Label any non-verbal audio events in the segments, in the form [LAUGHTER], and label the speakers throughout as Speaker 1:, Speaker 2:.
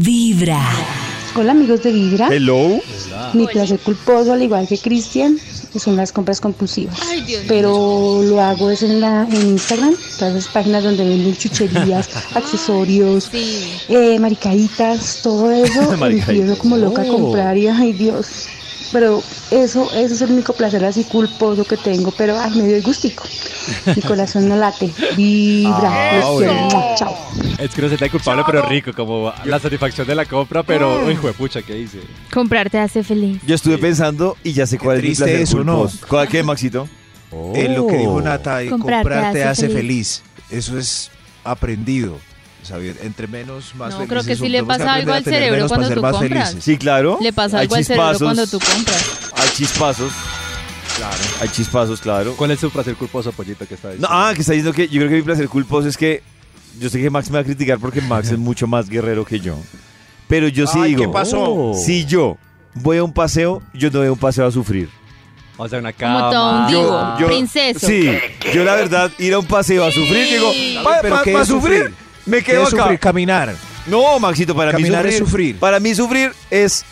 Speaker 1: Vibra.
Speaker 2: Hola amigos de Vibra.
Speaker 3: Hello.
Speaker 2: Mi placer culposo, al igual que Cristian, son las compras compulsivas.
Speaker 4: Ay, Dios mío.
Speaker 2: Pero lo hago es en, la, en Instagram, todas las páginas donde venden
Speaker 3: [LAUGHS]
Speaker 2: chucherías, accesorios,
Speaker 4: Sí.
Speaker 2: eh, maricaditas, todo
Speaker 3: [LAUGHS]
Speaker 2: eso. y empiezo como loca
Speaker 3: Oh.
Speaker 2: a comprar y ay Dios. Pero eso, eso es el único placer así culposo que tengo, pero ay, me dio el gustico.
Speaker 3: [LAUGHS]
Speaker 2: Mi corazón no late. Vibra.
Speaker 3: Ah,
Speaker 2: los quiero.
Speaker 3: bueno.
Speaker 2: Chao.
Speaker 5: Es que no se está culpable, pero rico, como la satisfacción de la compra,
Speaker 3: Mm.
Speaker 5: pero hijo de pucha, ¿qué hice?
Speaker 6: Comprar te hace feliz.
Speaker 3: Yo estuve pensando y ya sé cuál es mi
Speaker 7: triste
Speaker 3: placer
Speaker 7: eso, ¿no?
Speaker 3: culposo. ¿Cuál qué, Maxito?
Speaker 7: Eh, lo que
Speaker 3: Oh.
Speaker 7: dijo Nata, de
Speaker 6: Comprar
Speaker 7: comprar,
Speaker 6: te
Speaker 7: te
Speaker 6: hace
Speaker 7: hace feliz. Eso es aprendido. Saber, entre menos, más
Speaker 4: No,
Speaker 7: felices
Speaker 4: creo que sí
Speaker 7: somos.
Speaker 4: le
Speaker 7: Tenemos
Speaker 4: pasa
Speaker 7: aprender
Speaker 4: algo
Speaker 7: a
Speaker 4: al
Speaker 7: tener
Speaker 4: cerebro
Speaker 7: menos para
Speaker 4: cuando
Speaker 7: ser
Speaker 4: tú
Speaker 7: más
Speaker 4: compras.
Speaker 7: felices.
Speaker 3: Sí, claro.
Speaker 4: Le pasa
Speaker 3: Hay
Speaker 4: algo al cerebro
Speaker 3: chispazos,
Speaker 4: cuando tú compras.
Speaker 3: Hay chispazos,
Speaker 7: Claro.
Speaker 3: hay chispazos, claro.
Speaker 5: ¿Cuál es su placer culposo, pollito, que está
Speaker 3: No,
Speaker 5: diciendo?
Speaker 3: ah, que está diciendo que yo creo que mi placer culposo es que yo sé que Max me va a criticar porque Max es mucho más guerrero que yo. Pero yo sí
Speaker 7: Ay,
Speaker 3: digo, "Oh,
Speaker 7: ¿qué pasó?
Speaker 3: si yo voy a un paseo, yo no voy a un paseo a sufrir.
Speaker 5: O sea, una cama.
Speaker 4: Como todo un
Speaker 3: Yo-
Speaker 4: divo,
Speaker 3: yo-
Speaker 4: princeso.
Speaker 3: Sí, yo la verdad, ir a un paseo a sufrir, digo, para
Speaker 7: ¿Pero qué es
Speaker 3: sufrir,
Speaker 7: sufrir?
Speaker 3: me
Speaker 7: ¿Qué
Speaker 3: quedo
Speaker 7: es
Speaker 3: acá.
Speaker 7: sufrir? Caminar.
Speaker 3: No, Maxito, para
Speaker 7: Caminar
Speaker 3: mí
Speaker 7: es sufrir.
Speaker 3: Para mí sufrir es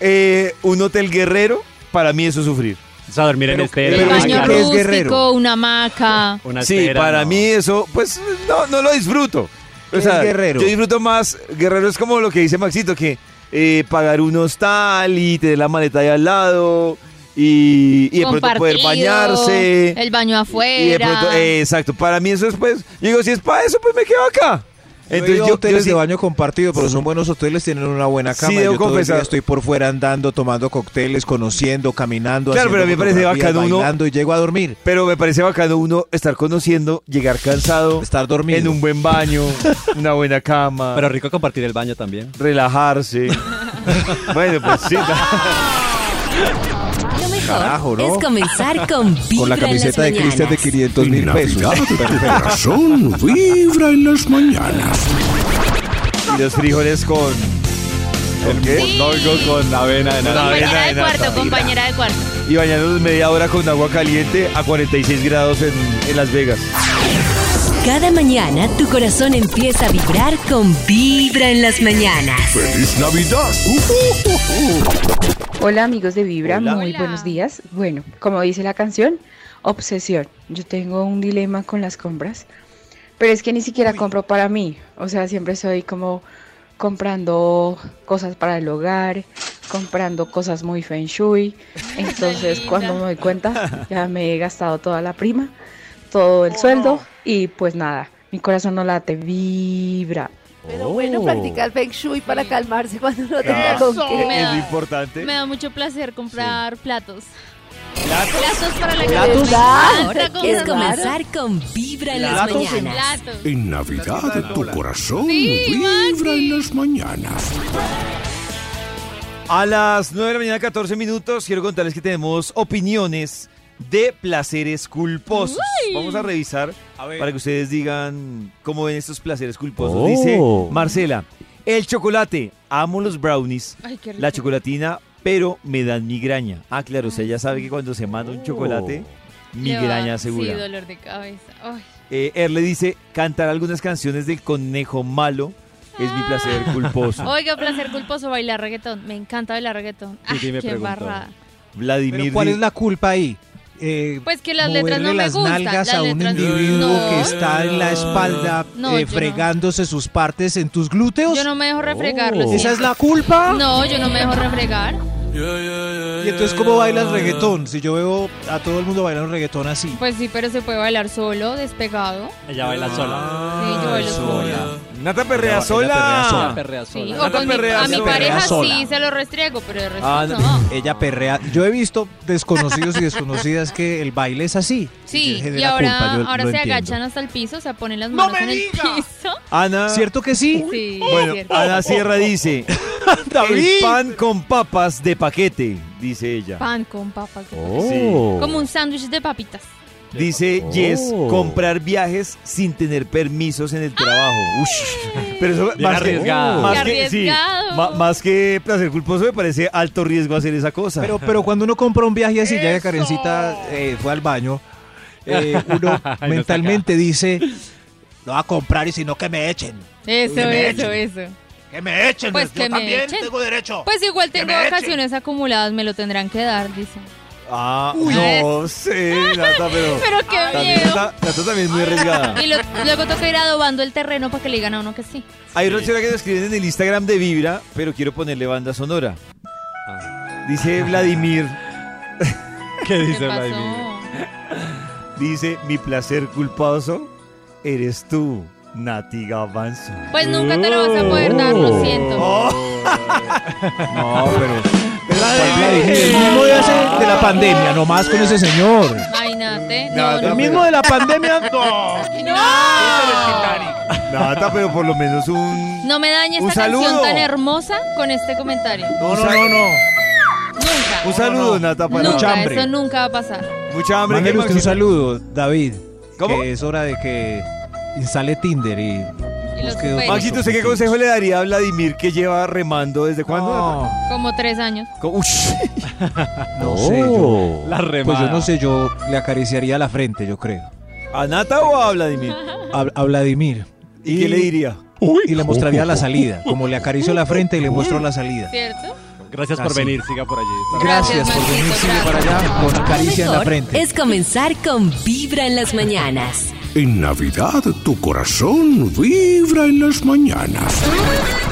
Speaker 3: eh, un hotel guerrero, para mí eso es sufrir.
Speaker 5: O sea, dormir en
Speaker 7: Pero-
Speaker 5: estera.
Speaker 4: El
Speaker 7: Pero es
Speaker 4: baño
Speaker 7: que es
Speaker 4: rústico,
Speaker 7: guerrero.
Speaker 4: una hamaca.
Speaker 5: Una
Speaker 3: Sí,
Speaker 5: estera,
Speaker 3: para
Speaker 5: no.
Speaker 3: mí eso, pues no, no lo disfruto. O
Speaker 7: Es
Speaker 3: sea,
Speaker 7: guerrero.
Speaker 3: yo disfruto más, guerrero es como lo que dice Maxito, que eh, pagar un hostal y tener la maleta ahí al lado y, y de pronto poder
Speaker 4: compartido,
Speaker 3: bañarse.
Speaker 4: El baño afuera.
Speaker 3: Y de pronto, eh, exacto, para mí eso es pues, yo digo, si es para eso, pues me quedo acá.
Speaker 7: Entonces, yo, hoteles
Speaker 3: sí-
Speaker 7: de baño compartido, pero son buenos hoteles, tienen una buena
Speaker 3: Sí,
Speaker 7: cama.
Speaker 3: debo
Speaker 7: yo todo el día
Speaker 3: confesar.
Speaker 7: estoy por fuera andando, tomando cócteles, conociendo, caminando.
Speaker 3: Claro, pero a mí me parece bacano uno-
Speaker 7: Bailando y llego a dormir.
Speaker 3: Pero me parece bacano uno estar conociendo, llegar cansado,
Speaker 7: Estar dormido.
Speaker 3: en un buen
Speaker 7: [LAUGHS]
Speaker 3: baño, una buena cama,
Speaker 5: Pero rico compartir el baño también.
Speaker 7: [LAUGHS]
Speaker 3: relajarse. bueno, pues sí.
Speaker 1: Lo mejor
Speaker 7: Carajo, ¿no?
Speaker 1: es
Speaker 7: [LAUGHS]
Speaker 1: comenzar con Vibra
Speaker 7: Con la camiseta de
Speaker 1: en las
Speaker 7: Cristian de
Speaker 1: mañanas.
Speaker 7: 500 mil
Speaker 3: [LAUGHS]
Speaker 7: pesos. [LAUGHS]
Speaker 8: corazón vibra en las mañanas.
Speaker 3: Y los frijoles con. ¿Con qué?
Speaker 4: Sí. No, digo,
Speaker 3: con la avena de
Speaker 4: Compañera de cuarto, compañera de cuarto.
Speaker 3: Y bañándonos media hora con agua caliente a 46 grados en, en Las Vegas.
Speaker 1: Cada mañana tu corazón empieza a vibrar con Vibra en las mañanas.
Speaker 8: ¡Feliz Navidad!
Speaker 9: Hola amigos de Vibra,
Speaker 3: Hola.
Speaker 9: muy
Speaker 4: Hola.
Speaker 9: buenos días. Bueno, como dice la canción, obsesión. Yo tengo un dilema con las compras, pero es que ni siquiera compro para mí. O sea, siempre soy como comprando cosas para el hogar, comprando cosas muy feng
Speaker 4: [LAUGHS]
Speaker 9: shui. Entonces,
Speaker 4: linda.
Speaker 9: cuando me doy cuenta, ya me he gastado toda la prima, todo
Speaker 4: Oh,
Speaker 9: el sueldo y pues nada, mi corazón no late, vibra.
Speaker 10: Pero bueno, practicar Feng Shui para calmarse cuando no tenga con qué.
Speaker 4: Me
Speaker 3: es
Speaker 4: da-
Speaker 3: importante.
Speaker 4: Me da mucho placer comprar platos. ¿Platos? para la
Speaker 10: ¿Platos?
Speaker 4: cabeza. Otra cosa.
Speaker 1: Es comenzar con Vibra en las mañanas.
Speaker 4: Platos.
Speaker 8: En Navidad tu corazón
Speaker 4: Sí,
Speaker 8: vibra
Speaker 4: Maxi.
Speaker 8: en las mañanas.
Speaker 3: A las 9 de la mañana, 14 minutos, quiero contarles que tenemos opiniones de placeres culposos. Vamos a revisar para que ustedes digan cómo ven estos placeres culposos. Dice Marcela, el chocolate, amo los brownies,
Speaker 4: Ay, qué rico.
Speaker 3: la chocolatina, pero me dan migraña. Ah, claro, o sea, ya sabe que cuando se manda un chocolate,
Speaker 4: Oh. Le va-
Speaker 3: migraña
Speaker 4: Sí,
Speaker 3: segura.
Speaker 4: dolor de cabeza. Ay.
Speaker 3: Eh, Erle dice, cantar algunas canciones del conejo malo es mi placer
Speaker 4: Ah.
Speaker 3: culposo.
Speaker 4: Oiga, placer culposo bailar reggaetón. Me encanta bailar reggaetón.
Speaker 5: Sí,
Speaker 4: Ay,
Speaker 5: sí, me
Speaker 4: qué
Speaker 5: preguntó.
Speaker 4: barra.
Speaker 3: Vladimir
Speaker 7: Pero ¿cuál
Speaker 3: di-
Speaker 7: es la culpa ahí? Eh,
Speaker 4: Pues que las letras
Speaker 7: moverle
Speaker 4: no me
Speaker 7: las
Speaker 4: gustan.
Speaker 7: nalgas
Speaker 4: las
Speaker 7: a un
Speaker 4: letras
Speaker 7: individuo
Speaker 4: no.
Speaker 7: que está en la espalda
Speaker 4: No,
Speaker 7: eh,
Speaker 4: yo no.
Speaker 7: fregándose sus partes en tus glúteos.
Speaker 4: Yo no me dejo refregar. lo
Speaker 7: Oh. ¿Esa
Speaker 4: siento.
Speaker 7: es la culpa?
Speaker 4: No, yo no me dejo refregar.
Speaker 7: ¿Y entonces cómo bailas reggaetón? Si yo veo a todo el mundo bailando reggaetón así.
Speaker 4: Pues sí, pero se puede bailar solo, despegado.
Speaker 5: Ella baila sola.
Speaker 4: Sí, yo bailo sola.
Speaker 3: Nata perrea Ah. sola.
Speaker 5: Ella perrea
Speaker 4: Sí,
Speaker 5: sola.
Speaker 4: o con mi-
Speaker 3: perrea
Speaker 4: a mi
Speaker 3: sola.
Speaker 4: pareja
Speaker 7: Perrea sola.
Speaker 4: sí se lo restriego, pero el resto
Speaker 3: Ah,
Speaker 4: Pues no.
Speaker 3: no.
Speaker 7: Ella perrea. Yo he visto desconocidos y desconocidas que el baile es así.
Speaker 4: Sí, y
Speaker 7: genera
Speaker 4: ahora,
Speaker 7: culpa, yo
Speaker 4: ahora
Speaker 7: lo
Speaker 4: se
Speaker 7: entiendo.
Speaker 4: agachan hasta el piso, o sea, ponen las manos en el piso.
Speaker 3: Ana,
Speaker 7: ¿Cierto que sí?
Speaker 4: Sí,
Speaker 3: Bueno,
Speaker 4: es cierto.
Speaker 3: Ana Sierra [LAUGHS] dice, el pan con papas de paquete, dice ella.
Speaker 4: Pan con papas. de papas.
Speaker 3: Sí.
Speaker 5: Oh.
Speaker 4: Como un sándwich de papitas.
Speaker 3: Dice Jess, comprar viajes sin tener permisos en el trabajo. Ush. Pero eso
Speaker 5: Bien arriesgado.
Speaker 3: más que, sí,
Speaker 4: Arriesgado.
Speaker 3: ma- más que placer culposo me parece alto riesgo hacer esa cosa.
Speaker 7: Pero, pero cuando uno compra un viaje así, ya que Karencita eh, fue al baño, eh, uno
Speaker 5: saca.
Speaker 7: mentalmente dice, lo va a comprar y si no que me echen.
Speaker 4: Eso, eso, eso.
Speaker 6: Que me echen,
Speaker 4: Pues
Speaker 6: yo
Speaker 4: que me
Speaker 6: también
Speaker 4: echen.
Speaker 6: tengo derecho.
Speaker 4: Pues igual
Speaker 6: Que
Speaker 4: tengo
Speaker 6: me echen.
Speaker 4: vacaciones acumuladas, me lo tendrán que dar, dicen.
Speaker 3: Ah,
Speaker 4: Uy.
Speaker 3: no sé, Nata, pero.
Speaker 4: [LAUGHS] Pero qué
Speaker 3: Oh. Ah, también
Speaker 4: miedo.
Speaker 3: está- Nata también es muy arriesgada.
Speaker 4: Y lo- luego toca ir adobando el terreno para que le digan a uno que sí.
Speaker 3: Hay Rochela que nos escriben en el Instagram de Vibra, pero quiero ponerle banda sonora.
Speaker 7: Ah.
Speaker 3: Dice
Speaker 7: [LAUGHS]
Speaker 3: Vladimir.
Speaker 5: ¿Qué
Speaker 4: ¿Qué
Speaker 5: dice Vladimir?
Speaker 4: pasó?
Speaker 3: Dice, mi placer culposo eres tú, Nati Gavanzo.
Speaker 4: Pues nunca te lo vas a poder dar,
Speaker 3: Uh.
Speaker 4: lo siento.
Speaker 3: No, pero... eh, Ah.
Speaker 7: El mismo de hace de la pandemia, nomás con ese señor.
Speaker 4: Ay, Nate.
Speaker 3: Nata,
Speaker 4: No,
Speaker 7: El
Speaker 4: no.
Speaker 7: mismo de la pandemia.
Speaker 6: No,
Speaker 3: Nata, pero por lo menos un...
Speaker 4: No me dañe
Speaker 3: Un
Speaker 4: esta
Speaker 3: saludo.
Speaker 4: canción tan hermosa con este comentario.
Speaker 3: un
Speaker 7: No,
Speaker 3: sa-
Speaker 7: no, no, no.
Speaker 4: Nunca.
Speaker 3: Un saludo, Nata, para...
Speaker 4: nunca,
Speaker 7: mucha hambre.
Speaker 4: eso nunca va a pasar.
Speaker 3: Mucha hambre.
Speaker 7: Mándale
Speaker 3: que
Speaker 7: usted un
Speaker 3: Maxi-
Speaker 7: saludo, David.
Speaker 3: ¿Cómo?
Speaker 7: Que es hora de que instale Tinder y.
Speaker 4: Y los
Speaker 7: busque otros
Speaker 4: supere.
Speaker 3: [LAUGHS] Maxito, ¿usted qué consejo le daría a Vladimir que lleva remando desde cuándo?
Speaker 7: No,
Speaker 4: Como tres años.
Speaker 3: Co- Ush. Oh.
Speaker 7: no sé, yo.
Speaker 5: La remada.
Speaker 7: Pues yo no sé, yo le acariciaría la frente, yo creo.
Speaker 3: ¿A Nata o a
Speaker 4: [LAUGHS]
Speaker 3: Vladimir?
Speaker 7: A, a Vladimir.
Speaker 3: ¿Y, qué le diría?
Speaker 7: Y le mostraría la salida. Como le acaricio la frente y le muestro la salida.
Speaker 4: ¿Cierto?
Speaker 5: Gracias por
Speaker 7: Así.
Speaker 5: venir, siga por allí.
Speaker 7: Gracias por
Speaker 4: Maxito,
Speaker 7: venir sigue para
Speaker 4: gracias.
Speaker 7: allá con caricia en la
Speaker 1: Mejor
Speaker 7: frente.
Speaker 1: es comenzar con Vibra en las mañanas.
Speaker 8: En Navidad tu corazón vibra en las mañanas.